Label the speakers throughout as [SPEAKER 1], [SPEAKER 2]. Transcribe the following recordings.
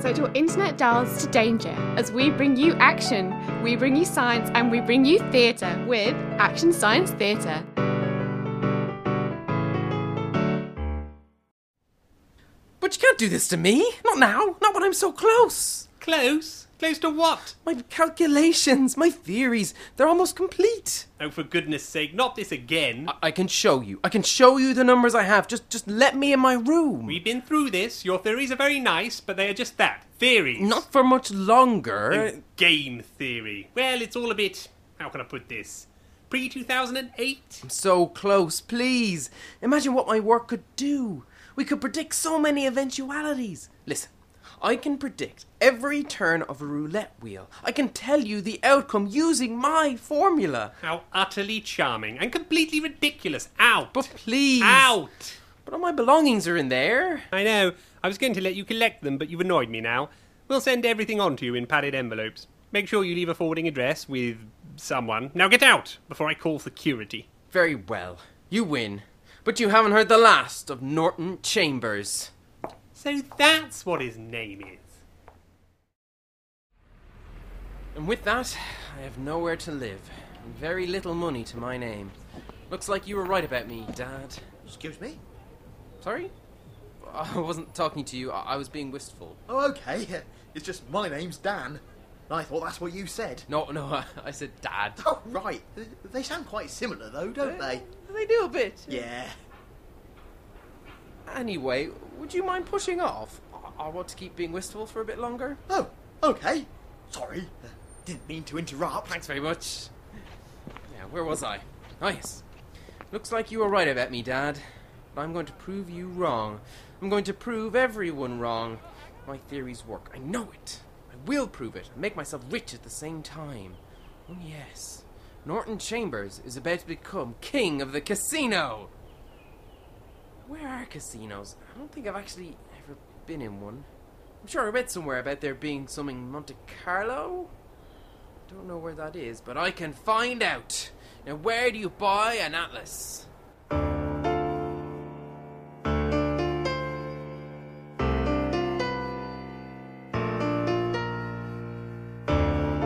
[SPEAKER 1] set your internet dials to danger as we bring you action, we bring you science, and we bring you theatre with Action Science Theatre.
[SPEAKER 2] But you can't do this to me. Not now. Not when I'm so close.
[SPEAKER 3] Close? Close to what?
[SPEAKER 2] My calculations, my theories, they're almost complete.
[SPEAKER 3] Oh, for goodness sake, not this again.
[SPEAKER 2] I, I can show you. I can show you the numbers I have. Just just let me in my room.
[SPEAKER 3] We've been through this. Your theories are very nice, but they are just that theories.
[SPEAKER 2] Not for much longer.
[SPEAKER 3] Oh, game theory. Well, it's all a bit. How can I put this? Pre 2008?
[SPEAKER 2] I'm so close, please. Imagine what my work could do. We could predict so many eventualities. Listen, I can predict every turn of a roulette wheel. I can tell you the outcome using my formula.
[SPEAKER 3] How utterly charming and completely ridiculous. Out!
[SPEAKER 2] But please.
[SPEAKER 3] Out!
[SPEAKER 2] But all my belongings are in there.
[SPEAKER 3] I know. I was going to let you collect them, but you've annoyed me now. We'll send everything on to you in padded envelopes. Make sure you leave a forwarding address with someone. Now get out before I call security.
[SPEAKER 2] Very well. You win. But you haven't heard the last of Norton Chambers.
[SPEAKER 3] So that's what his name is.
[SPEAKER 2] And with that, I have nowhere to live and very little money to my name. Looks like you were right about me, Dad.
[SPEAKER 4] Excuse me?
[SPEAKER 2] Sorry? I wasn't talking to you, I I was being wistful.
[SPEAKER 4] Oh, okay. It's just my name's Dan. And I thought that's what you said.
[SPEAKER 2] No, no, I, I said Dad.
[SPEAKER 4] Oh, right. They sound quite similar, though, don't they?
[SPEAKER 2] They do a bit.
[SPEAKER 4] Yeah.
[SPEAKER 2] Anyway, would you mind pushing off? I, I want to keep being wistful for a bit longer.
[SPEAKER 4] Oh, okay. Sorry. Uh, Didn't mean to interrupt.
[SPEAKER 2] Thanks very much. Now, where was I? Oh, yes. Looks like you were right about me, Dad. But I'm going to prove you wrong. I'm going to prove everyone wrong. My theories work. I know it. I will prove it. and make myself rich at the same time. Oh, yes. Norton Chambers is about to become king of the casino. Where are casinos? I don't think I've actually ever been in one. I'm sure I read somewhere about there being some in Monte Carlo. Don't know where that is, but I can find out. Now, where do you buy an atlas?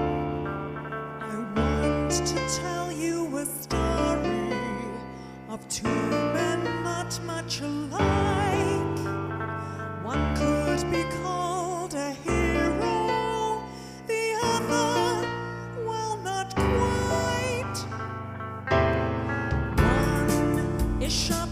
[SPEAKER 5] I want to tell you a story of two men not much alike. One could be called a hero, the other, well, not quite. One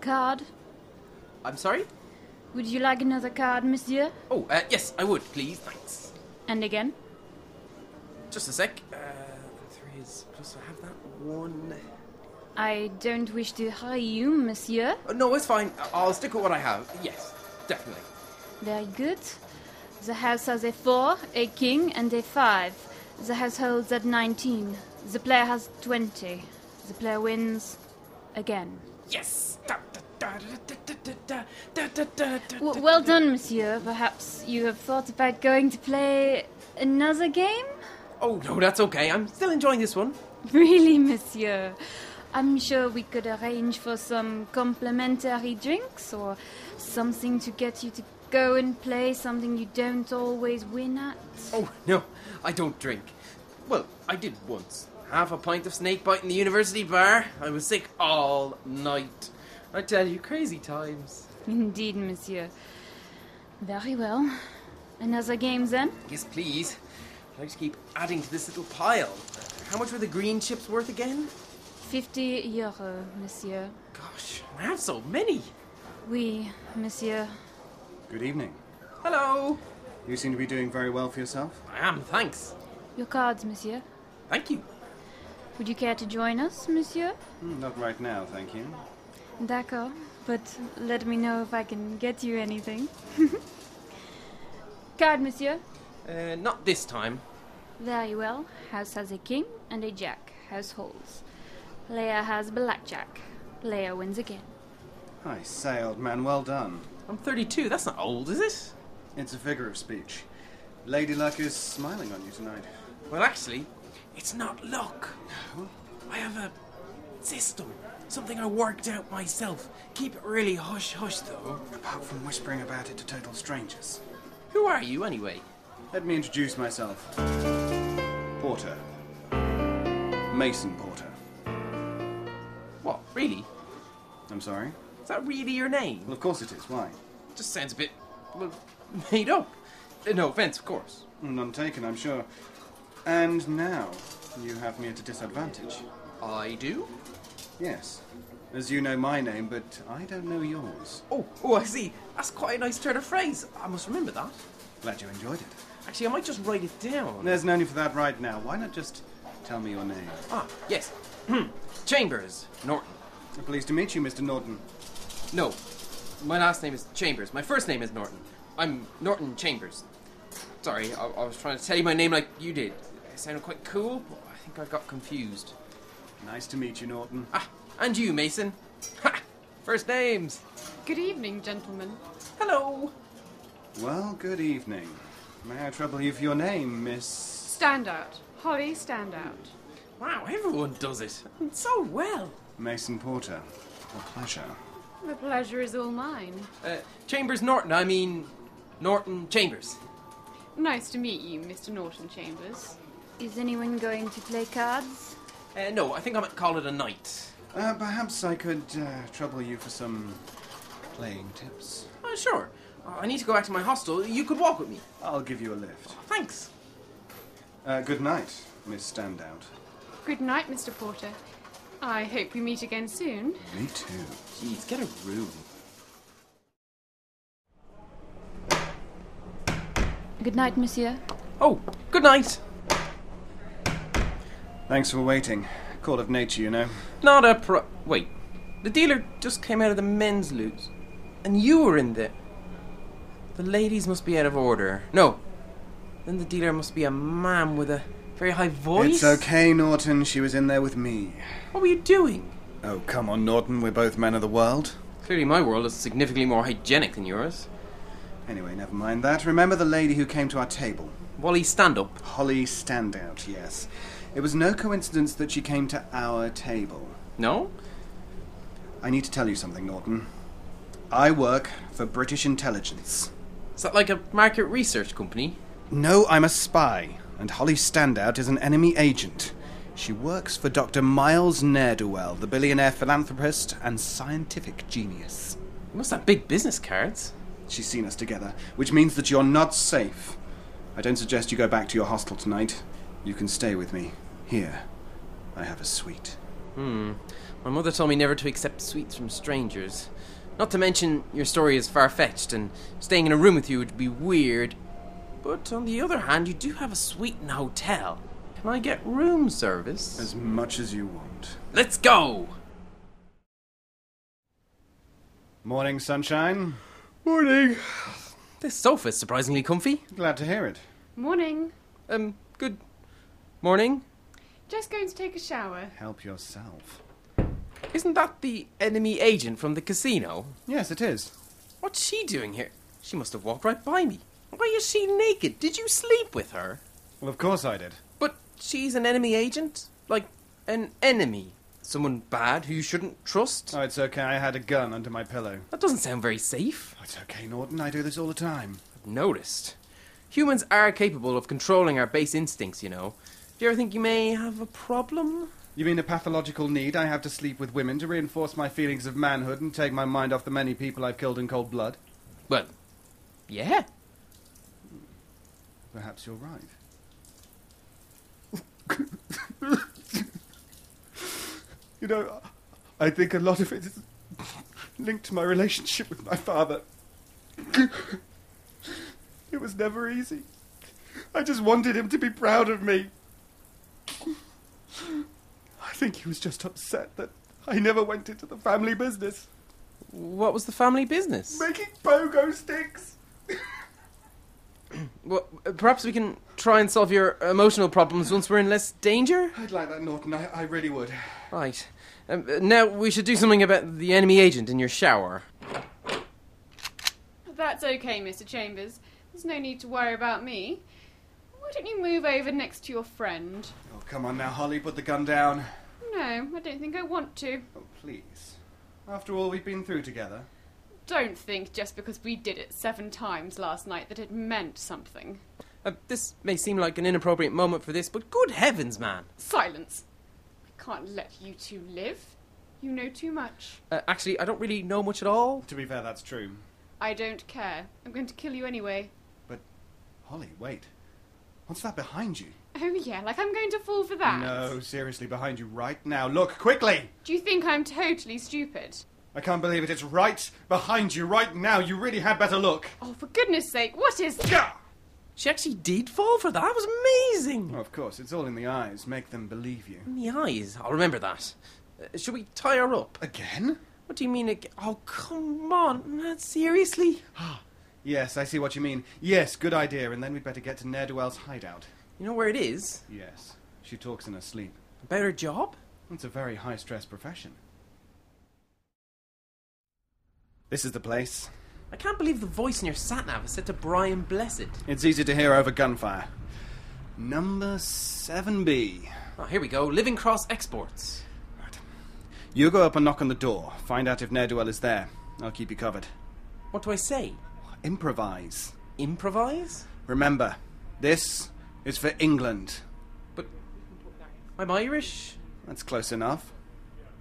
[SPEAKER 6] card?
[SPEAKER 2] I'm sorry?
[SPEAKER 6] Would you like another card, monsieur?
[SPEAKER 2] Oh, uh, yes, I would, please. Thanks.
[SPEAKER 6] And again?
[SPEAKER 2] Just a sec. Uh, there is. Plus, I have that one.
[SPEAKER 6] I don't wish to hurry you, monsieur.
[SPEAKER 2] Uh, no, it's fine. I- I'll stick with what I have. Yes, definitely.
[SPEAKER 6] Very good. The house has a four, a king, and a five. The house holds at 19. The player has 20. The player wins again.
[SPEAKER 2] Yes! Da, da, da, da, da, da, da, da, da, da, da,
[SPEAKER 6] W-
[SPEAKER 2] da.
[SPEAKER 6] well done, monsieur. Perhaps you have thought about going to play another game?
[SPEAKER 2] Oh, no, that's okay. I'm still enjoying this one.
[SPEAKER 6] Really, monsieur? I'm sure we could arrange for some complimentary drinks or something to get you to go and play something you don't always win at.
[SPEAKER 2] Oh, no, I don't drink. Well, I did once. Half a pint of snake bite in the university bar. I was sick all night. I tell you, crazy times.
[SPEAKER 6] Indeed, monsieur. Very well. Another game then?
[SPEAKER 2] Yes, please. I'd like to keep adding to this little pile. How much were the green chips worth again?
[SPEAKER 6] 50 euro, monsieur.
[SPEAKER 2] Gosh, I have so many.
[SPEAKER 6] Oui, monsieur.
[SPEAKER 7] Good evening.
[SPEAKER 2] Hello.
[SPEAKER 7] You seem to be doing very well for yourself.
[SPEAKER 2] I am, thanks.
[SPEAKER 6] Your cards, monsieur.
[SPEAKER 2] Thank you.
[SPEAKER 6] Would you care to join us, monsieur?
[SPEAKER 7] Hmm, Not right now, thank you.
[SPEAKER 6] D'accord, but let me know if I can get you anything. Card, monsieur.
[SPEAKER 2] Uh, not this time.
[SPEAKER 6] Very well. House has a king and a jack. House holds. Player has blackjack. Player wins again.
[SPEAKER 7] I say, old man, well done.
[SPEAKER 2] I'm 32. That's not old, is it?
[SPEAKER 7] It's a figure of speech. Lady Luck is smiling on you tonight.
[SPEAKER 2] Well, actually, it's not luck. I have a system. Something I worked out myself. Keep it really hush hush, though.
[SPEAKER 7] Apart from whispering about it to total strangers.
[SPEAKER 2] Who are you, anyway?
[SPEAKER 7] Let me introduce myself Porter. Mason Porter.
[SPEAKER 2] What, really?
[SPEAKER 7] I'm sorry?
[SPEAKER 2] Is that really your name?
[SPEAKER 7] Well, of course it is. Why?
[SPEAKER 2] Just sounds a bit. well, made up. Uh, No offense, of course.
[SPEAKER 7] None taken, I'm sure. And now you have me at a disadvantage.
[SPEAKER 2] I do?
[SPEAKER 7] Yes, as you know my name, but I don't know yours.
[SPEAKER 2] Oh, oh, I see. That's quite a nice turn of phrase. I must remember that.
[SPEAKER 7] Glad you enjoyed it.
[SPEAKER 2] Actually, I might just write it down.
[SPEAKER 7] There's no need for that right now. Why not just tell me your name?
[SPEAKER 2] Ah, yes. Chambers, Norton.
[SPEAKER 7] Pleased to meet you, Mr. Norton.
[SPEAKER 2] No, my last name is Chambers. My first name is Norton. I'm Norton Chambers. Sorry, I, I was trying to tell you my name like you did. It sounded quite cool, but I think I got confused.
[SPEAKER 7] Nice to meet you, Norton.
[SPEAKER 2] Ah, and you, Mason. Ha! First names.
[SPEAKER 1] Good evening, gentlemen.
[SPEAKER 2] Hello.
[SPEAKER 7] Well, good evening. May I trouble you for your name, Miss?
[SPEAKER 1] Standout. Holly, standout.
[SPEAKER 2] Wow, everyone does it. And so well.
[SPEAKER 7] Mason Porter. What pleasure.
[SPEAKER 1] The pleasure is all mine.
[SPEAKER 2] Uh, Chambers Norton, I mean, Norton Chambers.
[SPEAKER 1] Nice to meet you, Mr. Norton Chambers.
[SPEAKER 6] Is anyone going to play cards?
[SPEAKER 2] Uh, no, I think I might call it a night.
[SPEAKER 7] Uh, perhaps I could uh, trouble you for some playing tips.
[SPEAKER 2] Uh, sure. Uh, I need to go back to my hostel. You could walk with me.
[SPEAKER 7] I'll give you a lift.
[SPEAKER 2] Thanks.
[SPEAKER 7] Uh, good night, Miss Standout.
[SPEAKER 1] Good night, Mr. Porter. I hope we meet again soon.
[SPEAKER 7] Me too.
[SPEAKER 2] Jeez, get a room.
[SPEAKER 6] Good night, monsieur.
[SPEAKER 2] Oh, good night.
[SPEAKER 7] Thanks for waiting. Call of nature, you know.
[SPEAKER 2] Not a pro. Wait. The dealer just came out of the men's loot. And you were in there. The ladies must be out of order. No. Then the dealer must be a man with a very high voice.
[SPEAKER 7] It's okay, Norton. She was in there with me.
[SPEAKER 2] What were you doing?
[SPEAKER 7] Oh, come on, Norton. We're both men of the world.
[SPEAKER 2] Clearly, my world is significantly more hygienic than yours.
[SPEAKER 7] Anyway, never mind that. Remember the lady who came to our table?
[SPEAKER 2] Wally, stand up.
[SPEAKER 7] Holly Standout, yes. It was no coincidence that she came to our table.
[SPEAKER 2] No?
[SPEAKER 7] I need to tell you something, Norton. I work for British intelligence.
[SPEAKER 2] Is that like a market research company?
[SPEAKER 7] No, I'm a spy, and Holly Standout is an enemy agent. She works for Dr. Miles Ne'er-do-well, the billionaire philanthropist and scientific genius.
[SPEAKER 2] You must have big business cards.
[SPEAKER 7] She's seen us together, which means that you're not safe. I don't suggest you go back to your hostel tonight. You can stay with me. Here, I have a suite.
[SPEAKER 2] My mother told me never to accept sweets from strangers. Not to mention, your story is far fetched, and staying in a room with you would be weird. But on the other hand, you do have a suite in a hotel. Can I get room service?
[SPEAKER 7] As much as you want.
[SPEAKER 2] Let's go!
[SPEAKER 7] Morning, sunshine.
[SPEAKER 3] Morning.
[SPEAKER 2] This sofa's surprisingly comfy.
[SPEAKER 7] Glad to hear it.
[SPEAKER 1] Morning.
[SPEAKER 2] Um, good morning.
[SPEAKER 1] Just going to take a shower.
[SPEAKER 7] Help yourself.
[SPEAKER 2] Isn't that the enemy agent from the casino?
[SPEAKER 7] Yes, it is.
[SPEAKER 2] What's she doing here? She must have walked right by me. Why is she naked? Did you sleep with her?
[SPEAKER 7] Well, of course I did.
[SPEAKER 2] But she's an enemy agent? Like, an enemy? Someone bad who you shouldn't trust?
[SPEAKER 7] Oh, it's okay. I had a gun under my pillow. Oh,
[SPEAKER 2] That doesn't sound very safe.
[SPEAKER 7] It's okay, Norton. I do this all the time.
[SPEAKER 2] I've noticed. Humans are capable of controlling our base instincts, you know. Do you ever think you may have a problem?
[SPEAKER 7] You mean a pathological need I have to sleep with women to reinforce my feelings of manhood and take my mind off the many people I've killed in cold blood?
[SPEAKER 2] Well, yeah.
[SPEAKER 7] Perhaps you're right. you know, I think a lot of it is linked to my relationship with my father. it was never easy. I just wanted him to be proud of me. I think he was just upset that I never went into the family business.
[SPEAKER 2] What was the family business?
[SPEAKER 7] Making pogo sticks!
[SPEAKER 2] Well, uh, perhaps we can try and solve your emotional problems once we're in less danger?
[SPEAKER 7] I'd like that, Norton. I, I really would.
[SPEAKER 2] Right. Um, uh, now we should do something about the enemy agent in your shower.
[SPEAKER 1] That's okay, Mr. Chambers. There's no need to worry about me. Why don't you move over next to your friend?
[SPEAKER 7] Oh, come on now, Holly, put the gun down.
[SPEAKER 1] No, I don't think I want to.
[SPEAKER 7] Oh, please. After all we've been through together.
[SPEAKER 1] Don't think just because we did it seven times last night that it meant something.
[SPEAKER 2] Uh, this may seem like an inappropriate moment for this, but good heavens, man!
[SPEAKER 1] Silence! I can't let you two live. You know too much.
[SPEAKER 2] Uh, actually, I don't really know much at all.
[SPEAKER 7] To be fair, that's true.
[SPEAKER 1] I don't care. I'm going to kill you anyway.
[SPEAKER 7] But, Holly, wait. What's that behind you?
[SPEAKER 1] Oh, yeah, like I'm going to fall for that.
[SPEAKER 7] No, seriously, behind you right now. Look, quickly!
[SPEAKER 1] Do you think I'm totally stupid?
[SPEAKER 7] I can't believe it. It's right behind you right now. You really had better look.
[SPEAKER 1] Oh, for goodness sake, what is.
[SPEAKER 7] Gah!
[SPEAKER 2] She actually did fall for that. That was amazing.
[SPEAKER 7] Oh, of course, it's all in the eyes. Make them believe you.
[SPEAKER 2] In the eyes. I'll remember that. Uh, should we tie her up?
[SPEAKER 7] Again?
[SPEAKER 2] What do you mean? Ag- oh, come on, man. Seriously?
[SPEAKER 7] Yes, I see what you mean. Yes, good idea. And then we'd better get to Ne'er-do-well's hideout.
[SPEAKER 2] You know where it is?
[SPEAKER 7] Yes, she talks in her sleep.
[SPEAKER 2] About her job?
[SPEAKER 7] It's a very high stress profession. This is the place.
[SPEAKER 2] I can't believe the voice in your sat nav is set to Brian Blessed.
[SPEAKER 7] It's easy to hear over gunfire. Number 7B.
[SPEAKER 2] Oh, here we go. Living Cross Exports.
[SPEAKER 7] You go up and knock on the door. Find out if Ne'er-do-well is there. I'll keep you covered.
[SPEAKER 2] What do I say?
[SPEAKER 7] Improvise.
[SPEAKER 2] Improvise?
[SPEAKER 7] Remember, this is for England.
[SPEAKER 2] But I'm Irish.
[SPEAKER 7] That's close enough.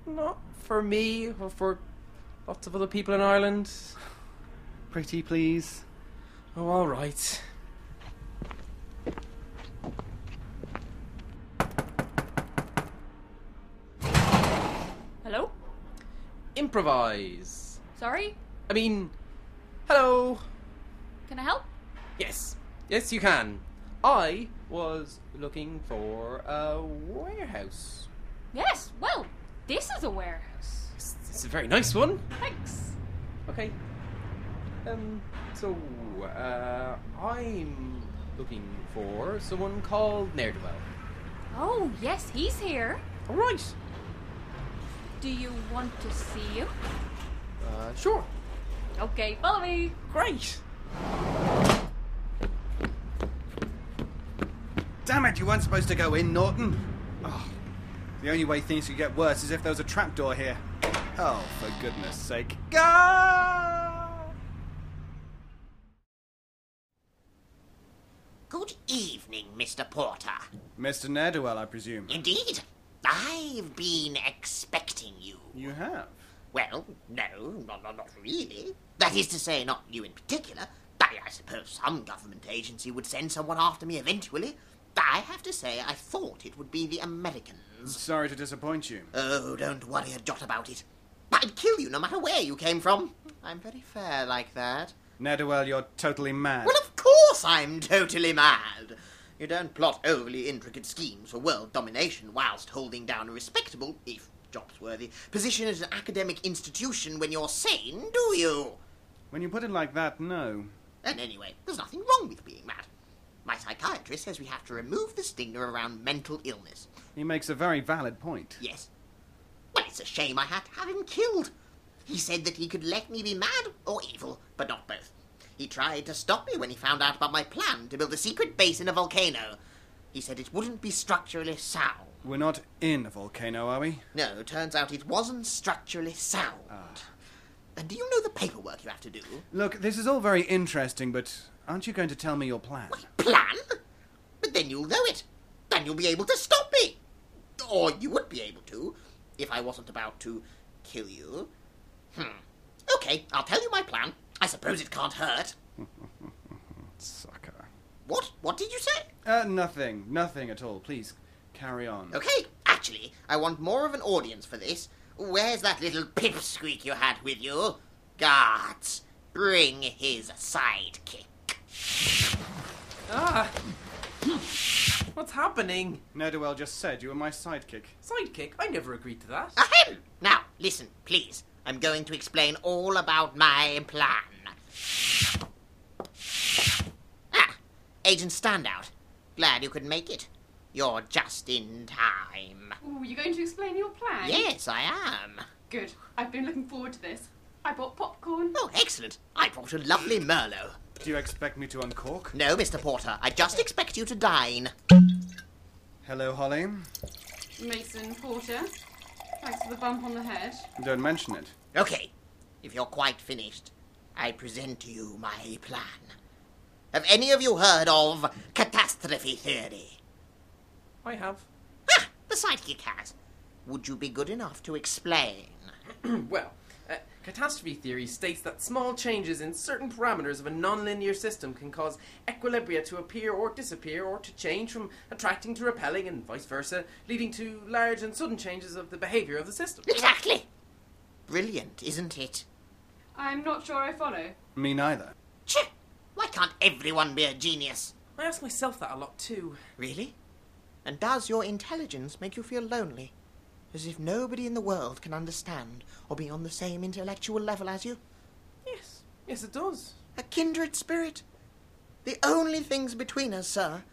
[SPEAKER 2] Not for me or for lots of other people in Ireland.
[SPEAKER 7] Pretty, please.
[SPEAKER 2] Oh, all right.
[SPEAKER 6] Hello?
[SPEAKER 2] Improvise.
[SPEAKER 6] Sorry?
[SPEAKER 2] I mean, hello.
[SPEAKER 6] Can I help?
[SPEAKER 2] Yes, yes, you can. I was looking for a warehouse.
[SPEAKER 6] Yes, well, this is a warehouse.
[SPEAKER 2] It's, it's a very nice one.
[SPEAKER 6] Thanks.
[SPEAKER 2] Okay. Um. So, uh, I'm looking for someone called Ne'er-do-well.
[SPEAKER 6] Oh, yes, he's here.
[SPEAKER 2] All right.
[SPEAKER 6] Do you want to see him?
[SPEAKER 2] Uh, sure.
[SPEAKER 6] Okay, follow me.
[SPEAKER 2] Great.
[SPEAKER 7] Damn it, you weren't supposed to go in, Norton. Oh, the only way things could get worse is if there was a trapdoor here. Oh, for goodness sake. Go!
[SPEAKER 8] Good evening, Mr. Porter.
[SPEAKER 7] Mr. Ne'er-do-well, I presume.
[SPEAKER 8] Indeed, I've been expecting you.
[SPEAKER 7] You have.
[SPEAKER 8] Well, no, not, not, not really. That is to say, not you in particular. I, I suppose some government agency would send someone after me eventually, I have to say, I thought it would be the Americans.
[SPEAKER 7] Sorry to disappoint you.
[SPEAKER 8] Oh, don't worry a jot about it. I'd kill you no matter where you came from. I'm very fair like that.
[SPEAKER 7] Ne'er-do-well, you're totally mad.
[SPEAKER 8] Well, of course I'm totally mad. You don't plot overly intricate schemes for world domination whilst holding down a respectable, if jobsworthy, position at an academic institution when you're sane, do you?
[SPEAKER 7] When you put it like that, no.
[SPEAKER 8] And anyway, there's nothing wrong with being mad. My psychiatrist says we have to remove the stigma around mental illness.
[SPEAKER 7] He makes a very valid point.
[SPEAKER 8] Yes. Well, it's a shame I had to have him killed. He said that he could let me be mad or evil, but not both. He tried to stop me when he found out about my plan to build a secret base in a volcano. He said it wouldn't be structurally sound.
[SPEAKER 7] We're not in a volcano, are we?
[SPEAKER 8] No, turns out it wasn't structurally sound. And do you know the paperwork you have to do?
[SPEAKER 7] Look, this is all very interesting, but aren't you going to tell me your plan?
[SPEAKER 8] Plan? But then you'll know it. Then you'll be able to stop me. Or you would be able to, if I wasn't about to kill you. Hmm. Okay, I'll tell you my plan. I suppose it can't hurt.
[SPEAKER 7] Sucker.
[SPEAKER 8] What? What did you say?
[SPEAKER 7] Uh, nothing. Nothing at all. Please, carry on.
[SPEAKER 8] Okay, actually, I want more of an audience for this. Where's that little pipsqueak you had with you? Guards, bring his sidekick.
[SPEAKER 2] Ah! What's happening?
[SPEAKER 7] Ne'er-do-well just said you were my sidekick.
[SPEAKER 2] Sidekick? I never agreed to that.
[SPEAKER 8] Ahem! Now, listen, please. I'm going to explain all about my plan. Ah, Agent Standout. Glad you could make it. You're just in time.
[SPEAKER 1] Ooh, you're going to explain your plan?
[SPEAKER 8] Yes, I am.
[SPEAKER 1] Good. I've been looking forward to this. I bought popcorn.
[SPEAKER 8] Oh, excellent. I brought a lovely Merlot.
[SPEAKER 7] Do you expect me to uncork?
[SPEAKER 8] No, Mr. Porter, I just expect you to dine.
[SPEAKER 7] Hello, Holly.
[SPEAKER 1] Mason Porter. Thanks for the bump on the head.
[SPEAKER 7] Don't mention it.
[SPEAKER 8] Okay, if you're quite finished, I present to you my plan. Have any of you heard of catastrophe theory?
[SPEAKER 2] I have.
[SPEAKER 8] Ah, the sidekick has. Would you be good enough to explain?
[SPEAKER 2] Well, uh, catastrophe theory states that small changes in certain parameters of a nonlinear system can cause equilibria to appear or disappear or to change from attracting to repelling and vice versa, leading to large and sudden changes of the behavior of the system.
[SPEAKER 8] Exactly! Brilliant, isn't it?
[SPEAKER 1] I'm not sure I follow.
[SPEAKER 7] Me neither.
[SPEAKER 8] Cheh! Why can't everyone be a genius?
[SPEAKER 2] I ask myself that a lot too.
[SPEAKER 8] Really? And does your intelligence make you feel lonely? As if nobody in the world can understand or be on the same intellectual level as you?
[SPEAKER 2] Yes, yes, it does.
[SPEAKER 8] A kindred spirit? The only things between us, sir,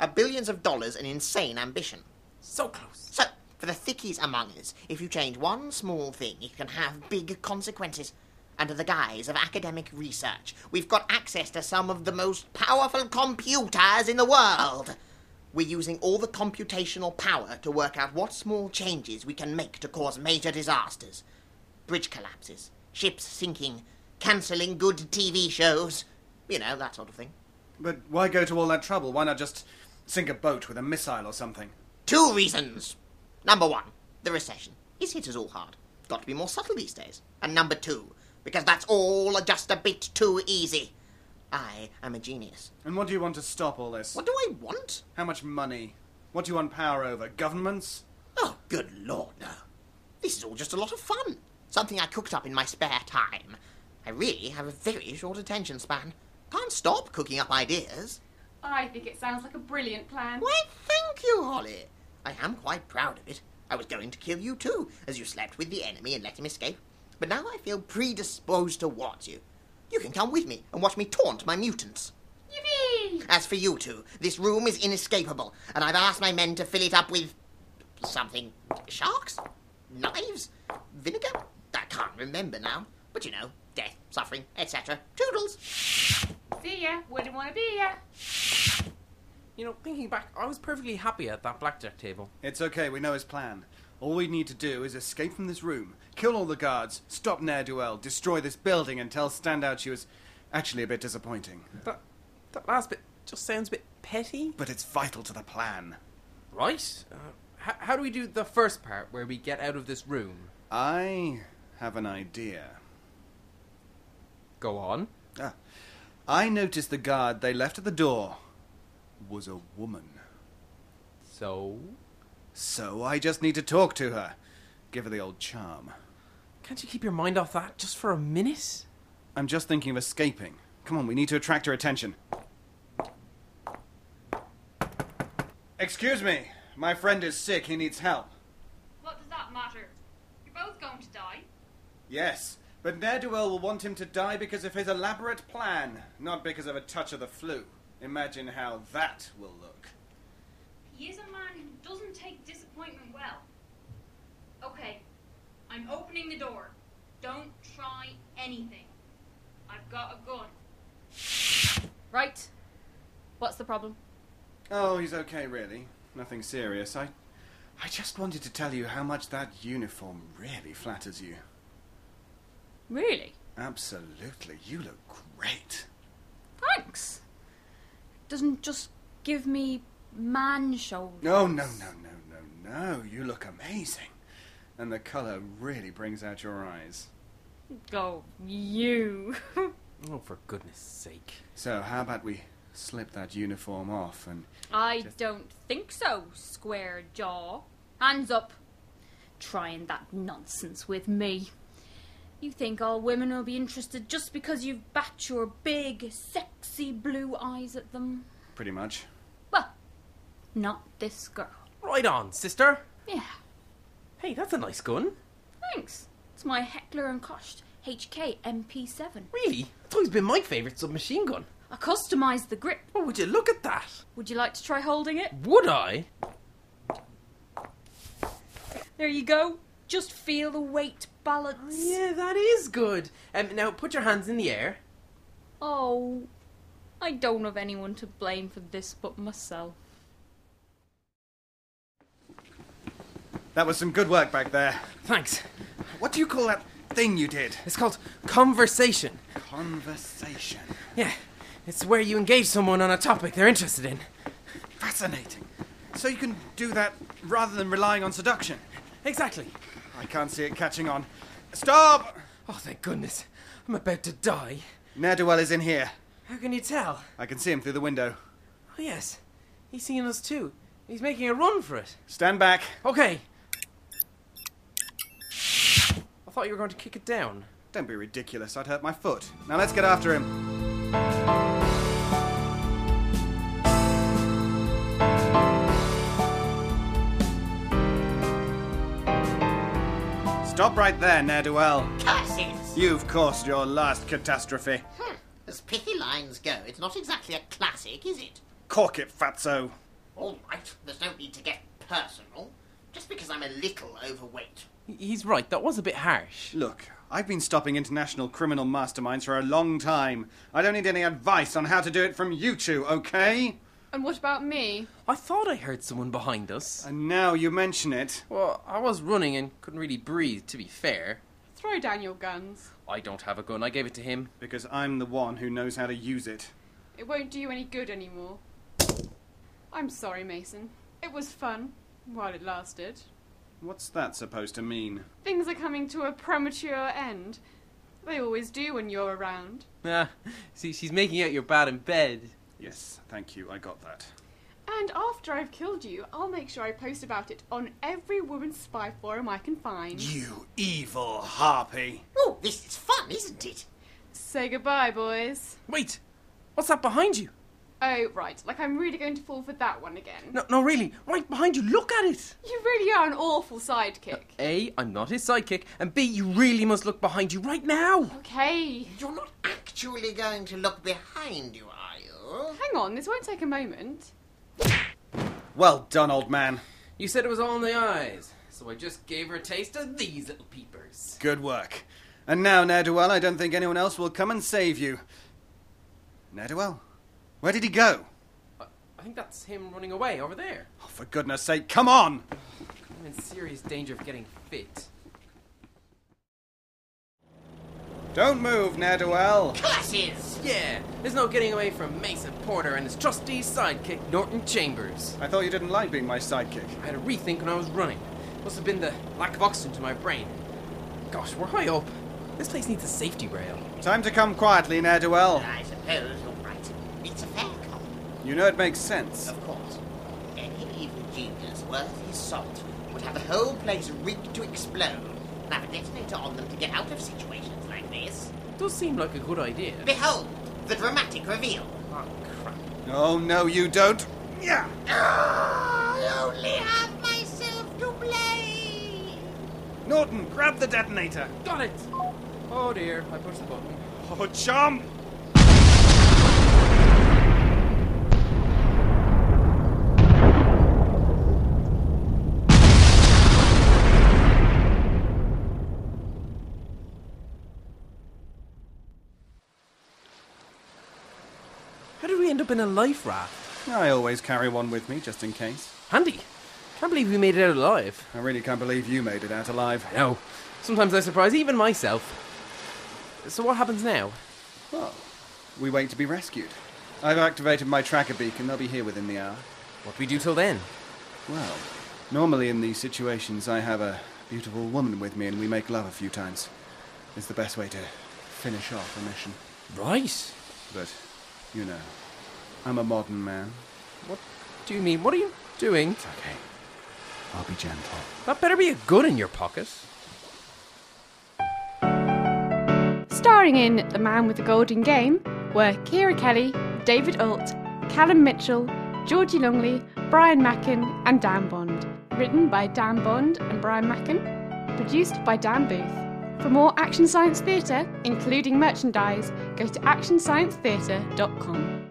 [SPEAKER 8] are billions of dollars and insane ambition.
[SPEAKER 2] So close.
[SPEAKER 8] So, for the thickies among us, if you change one small thing, it can have big consequences. Under the guise of academic research, we've got access to some of the most powerful computers in the world. We're using all the computational power to work out what small changes we can make to cause major disasters. Bridge collapses, ships sinking, cancelling good TV shows, you know, that sort of thing.
[SPEAKER 7] But why go to all that trouble? Why not just sink a boat with a missile or something?
[SPEAKER 8] Two reasons. Number one, the recession. It's hit us all hard. Got to be more subtle these days. And number two, because that's all just a bit too easy. I am a genius.
[SPEAKER 7] And what do you want to stop all this?
[SPEAKER 8] What do I want?
[SPEAKER 7] How much money? What do you want power over? Governments?
[SPEAKER 8] Oh, good lord, no. This is all just a lot of fun. Something I cooked up in my spare time. I really have a very short attention span. Can't stop cooking up ideas.
[SPEAKER 1] I think it sounds like a brilliant plan.
[SPEAKER 8] Why, thank you, Holly. I am quite proud of it. I was going to kill you too, as you slept with the enemy and let him escape. But now I feel predisposed towards you. You can come with me and watch me taunt my mutants.
[SPEAKER 1] Yippee!
[SPEAKER 8] As for you two, this room is inescapable, and I've asked my men to fill it up with. something. Sharks? Knives? Vinegar? I can't remember now. But you know, death, suffering, etc. Toodles!
[SPEAKER 1] See ya. Wouldn't want to be ya.
[SPEAKER 2] You know, thinking back, I was perfectly happy at that blackjack table.
[SPEAKER 7] It's okay, we know his plan. All we need to do is escape from this room, kill all the guards, stop ne'er-do-well, destroy this building, and tell Standout she was actually a bit disappointing.
[SPEAKER 2] That, that last bit just sounds a bit petty.
[SPEAKER 7] But it's vital to the plan.
[SPEAKER 2] Right? Uh, h- how do we do the first part where we get out of this room?
[SPEAKER 7] I have an idea.
[SPEAKER 2] Go on.
[SPEAKER 7] Ah. I noticed the guard they left at the door was a woman.
[SPEAKER 2] So?
[SPEAKER 7] So I just need to talk to her. Give her the old charm.
[SPEAKER 2] Can't you keep your mind off that just for a minute?
[SPEAKER 7] I'm just thinking of escaping. Come on, we need to attract her attention. Excuse me. My friend is sick. He needs help.
[SPEAKER 9] What does that matter? You're both going to die.
[SPEAKER 7] Yes, but ne'er-do-well will want him to die because of his elaborate plan, not because of a touch of the flu. Imagine how that will look.
[SPEAKER 9] He is a man who doesn't take disappointment well. Okay, I'm opening the door. Don't try anything. I've got a gun.
[SPEAKER 1] Right. What's the problem?
[SPEAKER 7] Oh, he's okay, really. Nothing serious. I, I just wanted to tell you how much that uniform really flatters you.
[SPEAKER 1] Really?
[SPEAKER 7] Absolutely, you look great.
[SPEAKER 6] Thanks. Doesn't just give me man shoulders.
[SPEAKER 7] No, no, no, no, no, no. You look amazing, and the color really brings out your eyes.
[SPEAKER 1] Oh, you.
[SPEAKER 2] Oh, for goodness sake.
[SPEAKER 7] So, how about we slip that uniform off and
[SPEAKER 6] I don't think so, square jaw. Hands up. Trying that nonsense with me. You think all women will be interested just because you've bat your big, sexy blue eyes at them?
[SPEAKER 7] pretty much?
[SPEAKER 6] Well, not this girl.
[SPEAKER 2] Right on, sister.
[SPEAKER 6] Yeah,
[SPEAKER 2] Hey, that's a nice gun.
[SPEAKER 6] thanks. It's my Heckler and Koch HK MP7.
[SPEAKER 2] Really? It's always been my favourite submachine gun.
[SPEAKER 6] I customised the grip.
[SPEAKER 2] Oh, would you look at that?
[SPEAKER 6] Would you like to try holding it?
[SPEAKER 2] Would I?
[SPEAKER 6] There you go. Just feel the weight balance.
[SPEAKER 2] Yeah, that is good. Um, now, put your hands in the air.
[SPEAKER 6] Oh, I don't have anyone to blame for this but myself.
[SPEAKER 7] That was some good work back there.
[SPEAKER 2] Thanks.
[SPEAKER 7] What do you call that thing you did?
[SPEAKER 2] It's called conversation.
[SPEAKER 7] Conversation.
[SPEAKER 2] Yeah, it's where you engage someone on a topic they're interested in.
[SPEAKER 7] Fascinating. So you can do that rather than relying on seduction.
[SPEAKER 2] Exactly.
[SPEAKER 7] I can't see it catching on. Stop!
[SPEAKER 2] Oh, thank goodness. I'm about to die.
[SPEAKER 7] Ne'er-do-well is in here.
[SPEAKER 2] How can you tell?
[SPEAKER 7] I can see him through the window.
[SPEAKER 2] Oh, yes. He's seeing us too. He's making a run for it.
[SPEAKER 7] Stand back.
[SPEAKER 2] Okay. I thought you were going to kick it down.
[SPEAKER 7] Don't be ridiculous. I'd hurt my foot. Now let's get after him. Stop right there, ne'er-do-well.
[SPEAKER 8] Curses!
[SPEAKER 7] You've caused your last catastrophe.
[SPEAKER 8] Hmm. As pithy lines go, it's not exactly a classic, is it?
[SPEAKER 7] Cork it, fatso.
[SPEAKER 8] All right, there's no need to get personal. Just because I'm a little overweight.
[SPEAKER 2] He's right. That was a bit harsh.
[SPEAKER 7] Look, I've been stopping international criminal masterminds for a long time. I don't need any advice on how to do it from you two, okay?
[SPEAKER 1] And what about me?
[SPEAKER 2] I thought I heard someone behind us.
[SPEAKER 7] And now you mention it.
[SPEAKER 2] Well, I was running and couldn't really breathe, to be fair.
[SPEAKER 1] Throw down your guns.
[SPEAKER 2] I don't have a gun. I gave it to him.
[SPEAKER 7] Because I'm the one who knows how to use it.
[SPEAKER 1] It won't do you any good anymore. I'm sorry, Mason. It was fun while it lasted.
[SPEAKER 7] What's that supposed to mean?
[SPEAKER 1] Things are coming to a premature end. They always do when you're around.
[SPEAKER 2] Ah, see, she's making out you're bad in bed.
[SPEAKER 7] Yes, thank you, I got that.
[SPEAKER 1] And after I've killed you, I'll make sure I post about it on every woman's spy forum I can find.
[SPEAKER 7] You evil harpy!
[SPEAKER 8] Oh, this is fun, isn't it?
[SPEAKER 1] Say goodbye, boys.
[SPEAKER 2] Wait, what's that behind you?
[SPEAKER 1] Oh, right. Like, I'm really going to fall for that one again.
[SPEAKER 2] No, no, really, right behind you. Look at it.
[SPEAKER 1] You really are an awful sidekick.
[SPEAKER 2] A, I'm not his sidekick, and B, you really must look behind you right now.
[SPEAKER 1] Okay.
[SPEAKER 8] You're not actually going to look behind you, are you?
[SPEAKER 1] Hang on, this won't take a moment.
[SPEAKER 7] Well done, old man.
[SPEAKER 2] You said it was all in the eyes, so I just gave her a taste of these little peepers.
[SPEAKER 7] Good work. And now, Ne'er-do-well, I don't think anyone else will come and save you. Ne'er-do-well, where did he go?
[SPEAKER 2] I, I think that's him running away over there.
[SPEAKER 7] Oh, for goodness sake, come on!
[SPEAKER 2] I'm in serious danger of getting fit.
[SPEAKER 7] Don't move, Ne'er-do-well.
[SPEAKER 8] Curses!
[SPEAKER 2] Yeah, there's no getting away from Mason Porter and his trusty sidekick, Norton Chambers.
[SPEAKER 7] I thought you didn't like being my sidekick.
[SPEAKER 2] I had a rethink when I was running. Must have been the lack of oxygen to my brain. Gosh, we're high up. This place needs a safety rail.
[SPEAKER 7] Time to come quietly, Ne'er-do-well.
[SPEAKER 8] I suppose you're right. It's a fair con,
[SPEAKER 7] You know it makes sense.
[SPEAKER 8] of course. Any evil genius worth his salt would have the whole place rigged to explode and have a detonator on them to get out of situations like this.
[SPEAKER 2] Does seem like a good idea.
[SPEAKER 8] Behold, the dramatic reveal.
[SPEAKER 2] Oh, crap.
[SPEAKER 7] Oh, no, you don't. Yeah.
[SPEAKER 8] I only have myself to blame.
[SPEAKER 7] Norton, grab the detonator.
[SPEAKER 2] Got it! Oh dear, I pushed the button.
[SPEAKER 7] Oh, chum.
[SPEAKER 2] How did we end up in a life raft?
[SPEAKER 7] I always carry one with me just in case.
[SPEAKER 2] Handy. Can't believe we made it out alive.
[SPEAKER 7] I really can't believe you made it out alive.
[SPEAKER 2] No. Sometimes I surprise even myself. So what happens now?
[SPEAKER 7] Well, we wait to be rescued. I've activated my tracker beacon. They'll be here within the hour.
[SPEAKER 2] What do we do till then?
[SPEAKER 7] Well, normally in these situations, I have a beautiful woman with me and we make love a few times. It's the best way to finish off a mission.
[SPEAKER 2] Right.
[SPEAKER 7] But, you know, I'm a modern man.
[SPEAKER 2] What do you mean? What are you doing?
[SPEAKER 7] Okay. I'll be gentle.
[SPEAKER 2] That better be a gun in your pocket.
[SPEAKER 1] Starring in The Man with the Golden Game were Kira Kelly, David Alt, Callum Mitchell, Georgie Longley, Brian Mackin, and Dan Bond. Written by Dan Bond and Brian Mackin. Produced by Dan Booth. For more Action Science Theatre, including merchandise, go to actionsciencetheatre.com.